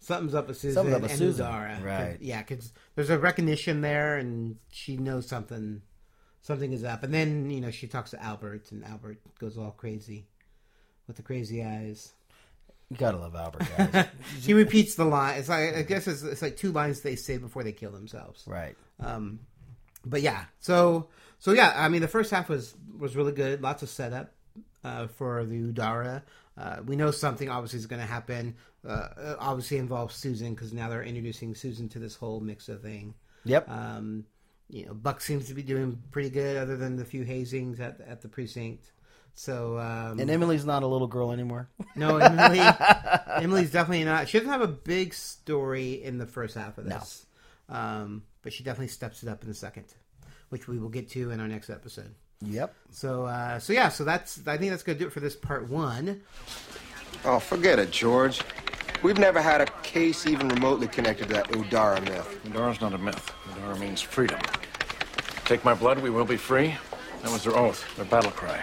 [SPEAKER 2] something's up with Susan
[SPEAKER 3] Something's up with
[SPEAKER 2] and
[SPEAKER 3] Susan.
[SPEAKER 2] Udara,
[SPEAKER 3] Right.
[SPEAKER 2] Yeah, because there's a recognition there, and she knows something. Something is up, and then you know she talks to Albert, and Albert goes all crazy with the crazy eyes.
[SPEAKER 3] You gotta love Albert, guys.
[SPEAKER 2] she repeats the line. It's like I guess it's, it's like two lines they say before they kill themselves.
[SPEAKER 3] Right.
[SPEAKER 2] Um, but yeah. So so yeah. I mean, the first half was was really good. Lots of setup uh, for the Udara. Uh, we know something obviously is going to happen. Uh, it obviously involves Susan because now they're introducing Susan to this whole mix of thing.
[SPEAKER 3] Yep.
[SPEAKER 2] Um, you know, Buck seems to be doing pretty good, other than the few hazings at at the precinct. So um,
[SPEAKER 3] and Emily's not a little girl anymore.
[SPEAKER 2] no, Emily. Emily's definitely not. She doesn't have a big story in the first half of this, um, but she definitely steps it up in the second, which we will get to in our next episode.
[SPEAKER 3] Yep.
[SPEAKER 2] So, uh, so yeah, so that's I think that's gonna do it for this part one.
[SPEAKER 5] Oh, forget it, George. We've never had a case even remotely connected to that Udara myth.
[SPEAKER 4] Udara's not a myth. Udara means freedom. Take my blood, we will be free. That was their oath, their battle cry.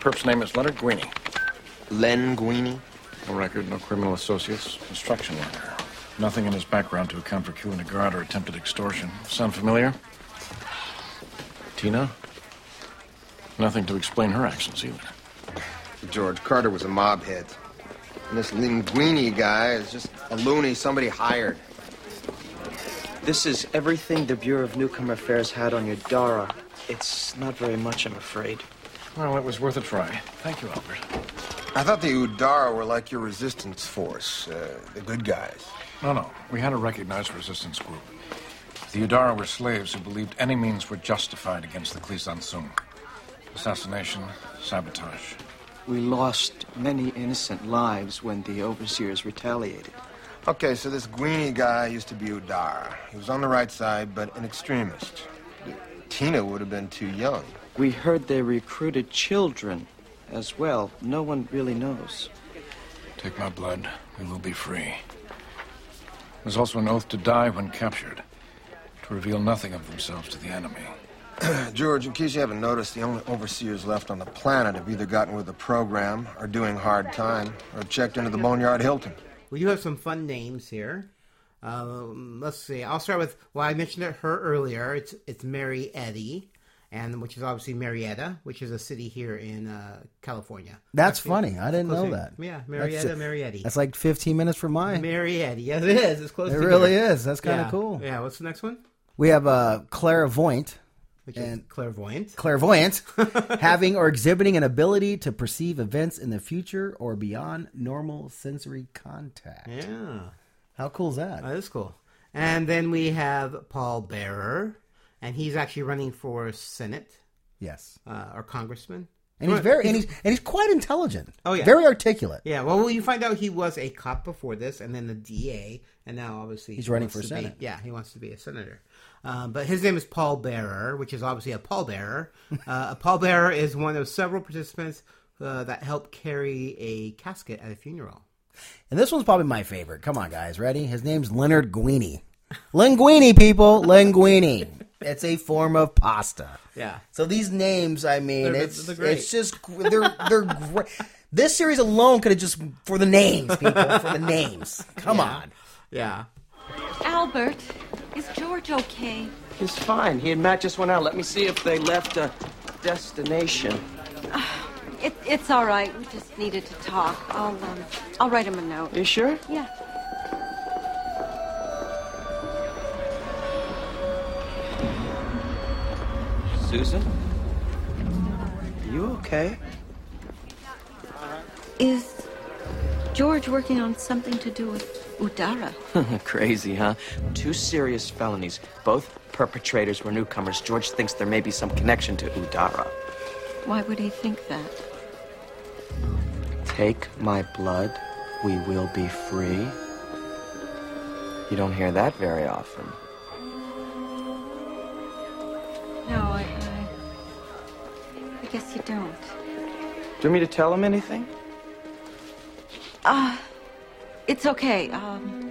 [SPEAKER 4] Perp's name is Leonard Guini.
[SPEAKER 5] Len Guini?
[SPEAKER 4] No record, no criminal associates, construction worker. Nothing in his background to account for coup and a guard or attempted extortion. Sound familiar? Tina? Nothing to explain her actions either.
[SPEAKER 5] George Carter was a mob head. And this Linguini guy is just a loony somebody hired.
[SPEAKER 15] This is everything the Bureau of Newcomer Affairs had on your Dara. It's not very much, I'm afraid.
[SPEAKER 4] Well, it was worth a try. Thank you, Albert.
[SPEAKER 5] I thought the Udara were like your resistance force, uh, the good guys.
[SPEAKER 4] No, no. We had a recognized resistance group. The Udara were slaves who believed any means were justified against the Klisansung. Assassination, sabotage.
[SPEAKER 15] We lost many innocent lives when the overseers retaliated.
[SPEAKER 5] Okay, so this Guini guy used to be Udara. He was on the right side, but an extremist. Tina would have been too young.
[SPEAKER 15] We heard they recruited children as well. No one really knows.
[SPEAKER 4] Take my blood, we will be free. There's also an oath to die when captured, to reveal nothing of themselves to the enemy.
[SPEAKER 5] George, in case you haven't noticed, the only overseers left on the planet have either gotten with the program, are doing hard time, or checked into the Boneyard Hilton.
[SPEAKER 2] We do have some fun names here. Um, let's see. I'll start with well, I mentioned it her earlier. It's it's Mary Eddy, and which is obviously Marietta, which is a city here in uh, California.
[SPEAKER 3] That's funny. I didn't know
[SPEAKER 2] Close
[SPEAKER 3] that.
[SPEAKER 2] to- Yeah,
[SPEAKER 3] That's-
[SPEAKER 2] Marietta, Marietti.
[SPEAKER 3] That's like 15 minutes from mine.
[SPEAKER 2] Marietti. Yes, it is. It's close.
[SPEAKER 3] It
[SPEAKER 2] to
[SPEAKER 3] really
[SPEAKER 2] here.
[SPEAKER 3] is. That's kinda
[SPEAKER 2] Yeah.
[SPEAKER 3] cool.
[SPEAKER 2] Yeah. What's the next one?
[SPEAKER 3] We have uh, clairvoyant.
[SPEAKER 2] Which is clairvoyant.
[SPEAKER 3] Clairvoyant, having or exhibiting an ability to perceive events in the future or beyond normal sensory contact.
[SPEAKER 2] Yeah.
[SPEAKER 3] How cool is that?
[SPEAKER 2] Oh, That is cool. And then we have Paul Bearer, and he's actually running for Senate
[SPEAKER 3] Yes.
[SPEAKER 2] uh, or Congressman.
[SPEAKER 3] And he's very and he's and he's quite intelligent.
[SPEAKER 2] Oh, yeah.
[SPEAKER 3] Very articulate.
[SPEAKER 2] Yeah, well, you find out he was a cop before this, and then the DA, and now obviously
[SPEAKER 3] He's
[SPEAKER 2] he
[SPEAKER 3] running
[SPEAKER 2] wants
[SPEAKER 3] for
[SPEAKER 2] to
[SPEAKER 3] Senate.
[SPEAKER 2] Be, yeah, he wants to be a senator. Um, but his name is Paul Bearer, which is obviously a pallbearer. Uh, a pallbearer is one of several participants uh, that help carry a casket at a funeral.
[SPEAKER 3] And this one's probably my favorite. Come on, guys, ready? His name's Leonard Guini. Linguini, people, linguini. It's a form of pasta.
[SPEAKER 2] Yeah.
[SPEAKER 3] So these names, I mean,
[SPEAKER 2] They're-
[SPEAKER 3] it's
[SPEAKER 2] they're great.
[SPEAKER 3] it's just they're they're great. This series alone could have just for the names, people, for the names. Come on.
[SPEAKER 2] Yeah.
[SPEAKER 14] Albert, is George okay?
[SPEAKER 15] It's fine. He and Matt just went out. Let me see if they left a destination.
[SPEAKER 14] It, it's all right. We just needed to talk. I'll um, I'll write him a note.
[SPEAKER 15] You sure?
[SPEAKER 14] Yeah.
[SPEAKER 15] Susan? You okay?
[SPEAKER 14] Is George working on something to do with Udara?
[SPEAKER 15] Crazy, huh? Two serious felonies. Both perpetrators were newcomers. George thinks there may be some connection to Udara.
[SPEAKER 14] Why would he think that?
[SPEAKER 15] Take my blood, we will be free. You don't hear that very often.
[SPEAKER 14] No, I, I, I guess you don't.
[SPEAKER 15] Do you want me to tell him anything?
[SPEAKER 14] Uh, it's okay. Um,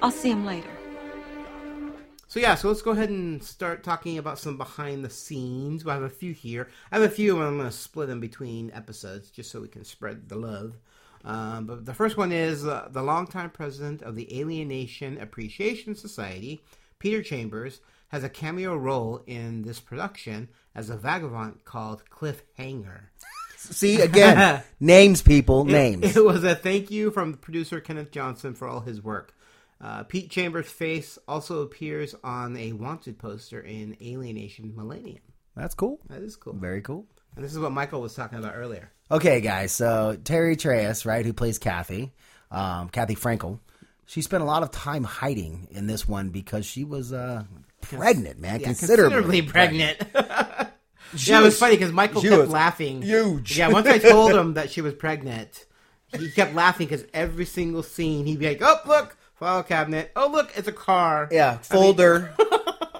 [SPEAKER 14] I'll see him later.
[SPEAKER 2] So yeah, so let's go ahead and start talking about some behind the scenes. We have a few here. I have a few, and I'm going to split them between episodes just so we can spread the love. Um, but the first one is uh, the longtime president of the Alienation Appreciation Society, Peter Chambers, has a cameo role in this production as a vagabond called Cliffhanger.
[SPEAKER 3] See again, names people names.
[SPEAKER 2] It, it was a thank you from producer Kenneth Johnson for all his work. Uh, Pete Chambers' face also appears on a wanted poster in Alienation Millennium.
[SPEAKER 3] That's cool.
[SPEAKER 2] That is cool.
[SPEAKER 3] Very cool.
[SPEAKER 2] And this is what Michael was talking about earlier.
[SPEAKER 3] Okay, guys. So Terry Treas, right, who plays Kathy, um, Kathy Frankel, she spent a lot of time hiding in this one because she was uh, pregnant, man,
[SPEAKER 2] Yeah,
[SPEAKER 3] considerably,
[SPEAKER 2] pregnant.
[SPEAKER 3] She
[SPEAKER 2] yeah, it was
[SPEAKER 3] was-
[SPEAKER 2] funny because Michael
[SPEAKER 3] she
[SPEAKER 2] kept
[SPEAKER 3] was
[SPEAKER 2] laughing.
[SPEAKER 3] huge.
[SPEAKER 2] Yeah, once I told him that she was pregnant, he kept laughing because every single scene he'd be like, "Oh, look, file cabinet. Oh, look, it's a car."
[SPEAKER 3] Yeah, folder.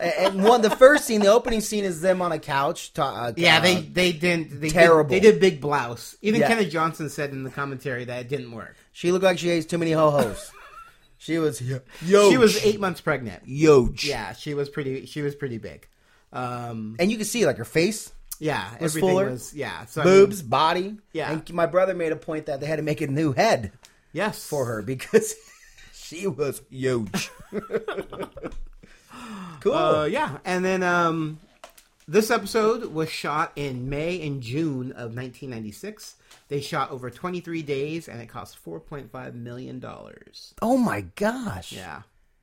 [SPEAKER 3] and and one, the first scene, the opening scene, is them on a couch. ta- uh,
[SPEAKER 2] Yeah,
[SPEAKER 3] uh,
[SPEAKER 2] they they didn't. They
[SPEAKER 3] terrible.
[SPEAKER 2] Did, they did big blouse. Even
[SPEAKER 3] Yeah.
[SPEAKER 2] Kenneth Johnson said in the commentary that it didn't work.
[SPEAKER 3] She looked like she ate too many ho hos. she was yo.
[SPEAKER 2] She was eight months pregnant.
[SPEAKER 3] Huge.
[SPEAKER 2] Yeah, she was pretty. She was pretty big. Um,
[SPEAKER 3] and you can see like her face.
[SPEAKER 2] Yeah,
[SPEAKER 3] was
[SPEAKER 2] everything
[SPEAKER 3] fuller.
[SPEAKER 2] was- yeah, so I
[SPEAKER 3] boobs,
[SPEAKER 2] mean-
[SPEAKER 3] body.
[SPEAKER 2] Yeah.
[SPEAKER 3] and my brother made a point that they had to make a new head.
[SPEAKER 2] Yes,
[SPEAKER 3] for her because she was huge. cool.
[SPEAKER 2] Uh, yeah, and then um, this episode was shot in May and June of 1996. They shot over 23 days, and it cost 4.5 million dollars.
[SPEAKER 3] Oh my gosh.
[SPEAKER 2] Yeah.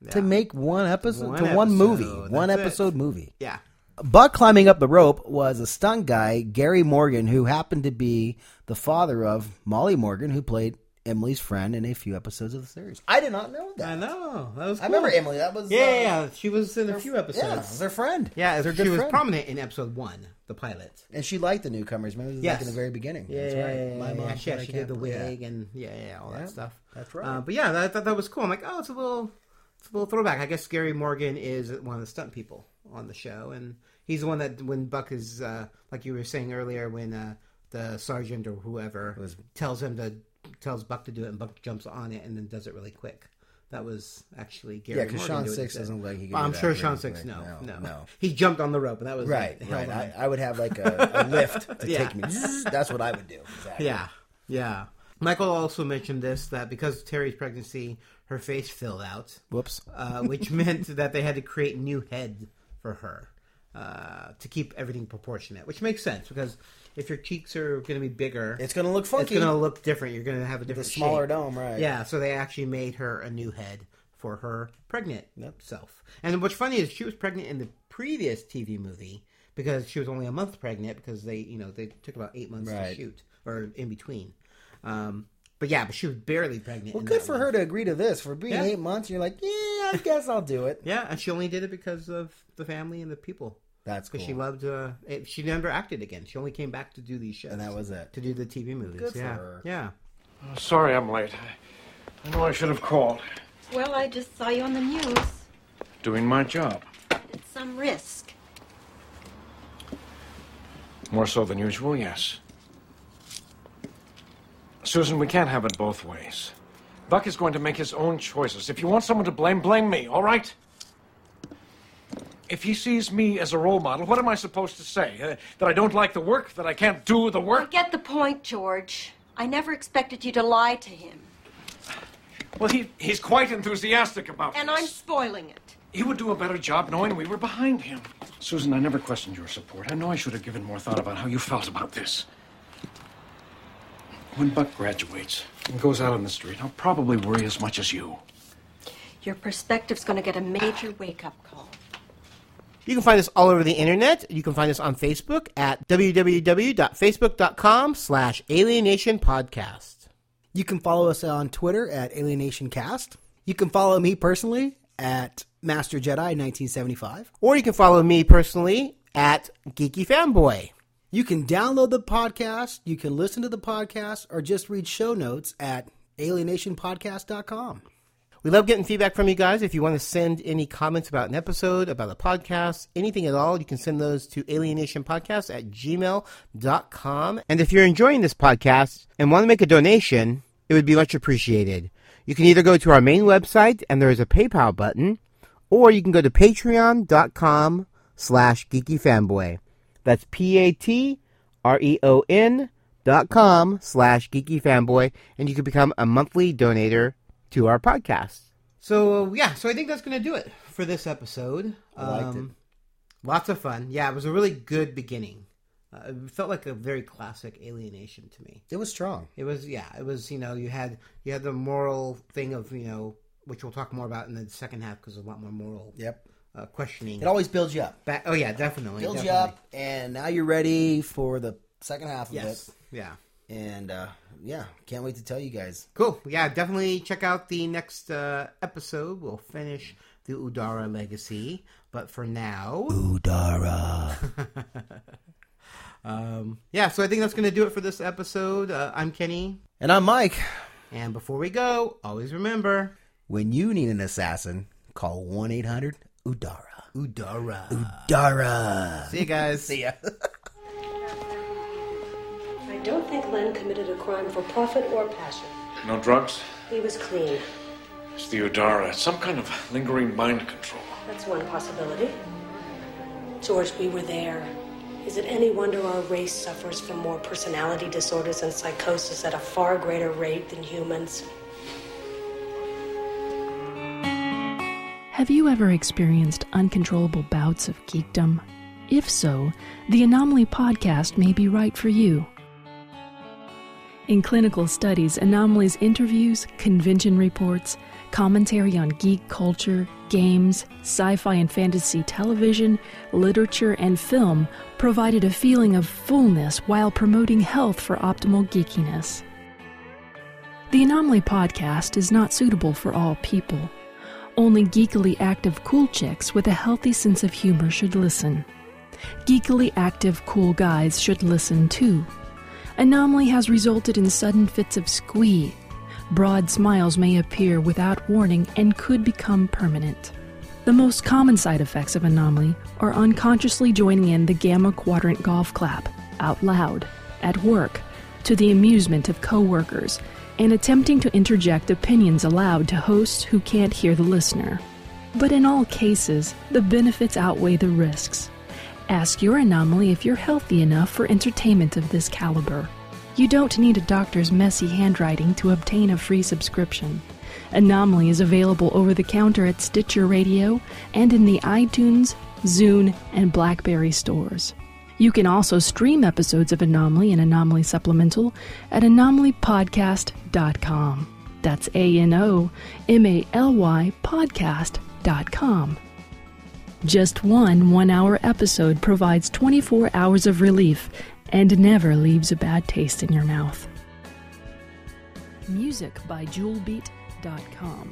[SPEAKER 3] To make one episode,
[SPEAKER 2] One
[SPEAKER 3] to one
[SPEAKER 2] episode,
[SPEAKER 3] movie,
[SPEAKER 2] that's
[SPEAKER 3] one
[SPEAKER 2] it.
[SPEAKER 3] episode movie.
[SPEAKER 2] Yeah.
[SPEAKER 3] Buck climbing up the rope was a stunt guy, Gary Morgan, who happened to be the father of Molly Morgan, who played Emily's friend in a few episodes of the series. I did not know that.
[SPEAKER 2] I know. That was.
[SPEAKER 3] I remember
[SPEAKER 2] cool.
[SPEAKER 3] Emily. That was
[SPEAKER 2] Yeah,
[SPEAKER 3] uh,
[SPEAKER 2] yeah, yeah. She was in a few episodes.
[SPEAKER 3] Yeah, was her friend.
[SPEAKER 2] Yeah,
[SPEAKER 3] her
[SPEAKER 2] she was prominent in episode one, the pilot.
[SPEAKER 3] and she liked the newcomers. Remember,
[SPEAKER 2] Yes.
[SPEAKER 3] like in the very beginning.
[SPEAKER 2] Yeah,
[SPEAKER 3] That's
[SPEAKER 2] yeah,
[SPEAKER 3] right.
[SPEAKER 2] yeah, yeah,
[SPEAKER 3] My mom,
[SPEAKER 2] yeah. She,
[SPEAKER 3] said I
[SPEAKER 2] she did
[SPEAKER 3] can't-
[SPEAKER 2] the
[SPEAKER 3] yeah.
[SPEAKER 2] wig and yeah, yeah, yeah, all
[SPEAKER 3] Yeah,
[SPEAKER 2] that stuff.
[SPEAKER 3] that's right.
[SPEAKER 2] Uh, but yeah, that, that that was cool. I'm like, oh, it's a little, it's a little throwback. I guess Gary Morgan is one of the stunt people on the show, and he's the one that when Buck is uh, like you were saying earlier, when uh, the sergeant or whoever tells him to tells Buck to do it, and Buck jumps on it and then does it really quick. That was actually Gary.
[SPEAKER 3] Yeah, 'cause
[SPEAKER 2] Morgan
[SPEAKER 3] Sean
[SPEAKER 2] doing
[SPEAKER 3] Six
[SPEAKER 2] that.
[SPEAKER 3] doesn't look like he can
[SPEAKER 2] Well,
[SPEAKER 3] do
[SPEAKER 2] I'm
[SPEAKER 3] that
[SPEAKER 2] sure
[SPEAKER 3] really
[SPEAKER 2] Sean Six.
[SPEAKER 3] quick.
[SPEAKER 2] No,
[SPEAKER 3] No,
[SPEAKER 2] no,
[SPEAKER 3] no.
[SPEAKER 2] He jumped on the rope, and that was
[SPEAKER 3] Right,
[SPEAKER 2] it.
[SPEAKER 3] right.
[SPEAKER 2] Hell,
[SPEAKER 3] I, I would have like a, a lift to
[SPEAKER 2] Yeah.
[SPEAKER 3] take me. That's what I would do. Exactly.
[SPEAKER 2] Yeah, yeah. Michael also mentioned this that because of Terry's pregnancy, her face filled out.
[SPEAKER 3] Whoops.
[SPEAKER 2] Uh, which meant that they had to create new head for her uh, to keep everything proportionate, which makes sense because if your cheeks are going to be bigger,
[SPEAKER 3] It's gonna look funky.
[SPEAKER 2] It's going to look different. You're going to have a different
[SPEAKER 3] smaller
[SPEAKER 2] shape.
[SPEAKER 3] dome, right.
[SPEAKER 2] Yeah. So they actually made her a new head for her pregnant self. And what's funny is she was pregnant in the previous TV movie because she was only a month pregnant because they, you know, they took about eight months to
[SPEAKER 3] Right.
[SPEAKER 2] shoot or in between. Um, but yeah, but she was barely pregnant.
[SPEAKER 3] Well,
[SPEAKER 2] in
[SPEAKER 3] good
[SPEAKER 2] that
[SPEAKER 3] for
[SPEAKER 2] one.
[SPEAKER 3] her to agree to this. For being
[SPEAKER 2] Yeah.
[SPEAKER 3] eight months, you're like, yeah, I guess I'll do it.
[SPEAKER 2] Yeah, and she only did it because of the family and the people.
[SPEAKER 3] That's
[SPEAKER 2] because she
[SPEAKER 3] cool.
[SPEAKER 2] loved. Uh, it, she never acted again. She only came back to do these shows, and that was it. To do the TV movies.
[SPEAKER 11] Good for
[SPEAKER 2] yeah,
[SPEAKER 11] her.
[SPEAKER 2] yeah.
[SPEAKER 4] Oh, sorry I'm late. I know I should have called.
[SPEAKER 14] Well, I just saw you on the news.
[SPEAKER 4] Doing my job.
[SPEAKER 14] It's some risk.
[SPEAKER 4] More so than usual, yes. Susan, we can't have it both ways. Buck is going to make his own choices. If you want someone to blame, blame me, all right? If he sees me as a role model, what am I supposed to say? Uh, that I don't like the work? That I can't do the
[SPEAKER 14] I
[SPEAKER 4] work?
[SPEAKER 14] get the point, George. I never expected you to lie to him,
[SPEAKER 4] Well, he, he's quite enthusiastic about
[SPEAKER 14] and
[SPEAKER 4] this.
[SPEAKER 14] I'm spoiling it.
[SPEAKER 4] He would do a better job knowing we were behind him. Susan, I never questioned your support. I know I should have given more thought about how you felt about this. When Buck graduates and goes out on the street, I'll probably worry as much as you.
[SPEAKER 14] Your perspective's going to get a major wake-up call.
[SPEAKER 2] You can find us all over the internet. You can find us on Facebook at www.facebook.com slash alienation podcast.
[SPEAKER 3] You can follow us on Twitter at AlienationCast. You can follow me personally at Master Jedi 1975.
[SPEAKER 2] Or you can follow me personally at Geeky Fanboy.
[SPEAKER 3] You can download the podcast, you can listen to the podcast, or just read show notes at alienationpodcast.com.
[SPEAKER 2] We love getting feedback from you guys. If you want to send any comments about an episode, about a podcast, anything at all, you can send those to alienationpodcast at gmail.com. And if you're enjoying this podcast and want to make a donation, it would be much appreciated. You can either go to our main website and there is a PayPal button, or you can go to patreon.com slash geekyfanboy. That's P-A-T-R-E-O-N E dot com slash geekyfanboy, and you can become a monthly donator to our podcast. So uh, yeah, so I think that's gonna do it for this episode. Um,
[SPEAKER 3] I liked it.
[SPEAKER 2] Lots of fun. Yeah, it was a really good beginning. Uh, it felt like a very classic alienation to me.
[SPEAKER 3] It was strong.
[SPEAKER 2] It was yeah. It was you know you had you had the moral thing of you know which we'll talk more about in the second half because there's a lot more moral.
[SPEAKER 3] Yep.
[SPEAKER 2] Uh, questioning.
[SPEAKER 3] It always builds you up.
[SPEAKER 2] Ba- oh yeah, definitely.
[SPEAKER 3] Builds you
[SPEAKER 2] definitely.
[SPEAKER 3] up, and now you're ready for the second half of
[SPEAKER 2] Yes.
[SPEAKER 3] it.
[SPEAKER 2] Yeah.
[SPEAKER 3] And uh, yeah, can't wait to tell you guys.
[SPEAKER 2] Cool. Yeah, definitely check out the next uh, episode. We'll finish the Udara legacy, but for now,
[SPEAKER 3] Udara.
[SPEAKER 2] um, yeah. So I think that's going to do it for this episode. Uh, I'm Kenny,
[SPEAKER 3] And I'm Mike.
[SPEAKER 2] and before we go, always remember
[SPEAKER 3] When you need an assassin, call 1 800 Udara.
[SPEAKER 2] Udara.
[SPEAKER 3] Udara.
[SPEAKER 2] See you guys. See
[SPEAKER 3] ya.
[SPEAKER 6] I don't think Len committed a crime for profit or passion.
[SPEAKER 4] No drugs?
[SPEAKER 6] He was clean.
[SPEAKER 4] It's the Udara. It's some kind of lingering mind control.
[SPEAKER 6] That's one possibility. George, we were there. Is it any wonder our race suffers from more personality disorders and psychosis at a far greater rate than humans?
[SPEAKER 17] Have you ever experienced uncontrollable bouts of geekdom? If so, the Anomaly podcast may be right for you. In clinical studies, Anomaly's interviews, convention reports, commentary on geek culture, games, sci fi and fantasy television, literature, and film provided a feeling of fullness while promoting health for optimal geekiness. The Anomaly podcast is not suitable for all people. Only geekily active cool chicks with a healthy sense of humor should listen. Geekily active cool guys should listen too. Anomaly has resulted in sudden fits of squee. Broad smiles may appear without warning and could become permanent. The most common side effects of anomaly are unconsciously joining in the gamma quadrant golf clap, out loud, at work, to the amusement of coworkers, and attempting to interject opinions aloud to hosts who can't hear the listener. But in all cases, the benefits outweigh the risks. Ask your anomaly if you're healthy enough for entertainment of this caliber. You don't need a doctor's messy handwriting to obtain a free subscription. Anomaly is available over the counter at Stitcher Radio and in the iTunes, Zune, and Blackberry stores. You can also stream episodes of Anomaly and Anomaly Supplemental at anomalypodcast.com. That's A N O M A L Y podcast.com. Just one one hour episode provides 24 hours of relief and never leaves a bad taste in your mouth. Music by JewelBeat.com.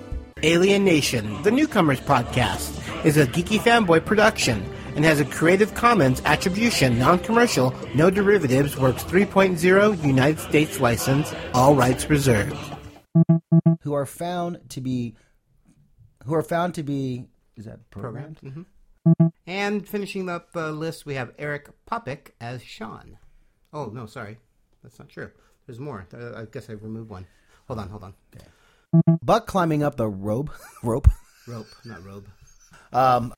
[SPEAKER 2] Alien Nation, the Newcomers Podcast, is a geeky fanboy production and has a Creative Commons Attribution, Non-Commercial, No Derivatives Works 3.0 United States license, all rights reserved.
[SPEAKER 3] Who are found to be. Who are found to be. Is that programmed?
[SPEAKER 2] Mm-hmm. And finishing up the list, we have Eric Popik as Sean. Oh no, sorry, that's not true. There's more. Uh, I guess I removed one. Hold on, hold on.
[SPEAKER 3] Buck climbing up the rope. rope.
[SPEAKER 2] Rope, not robe.
[SPEAKER 3] Um,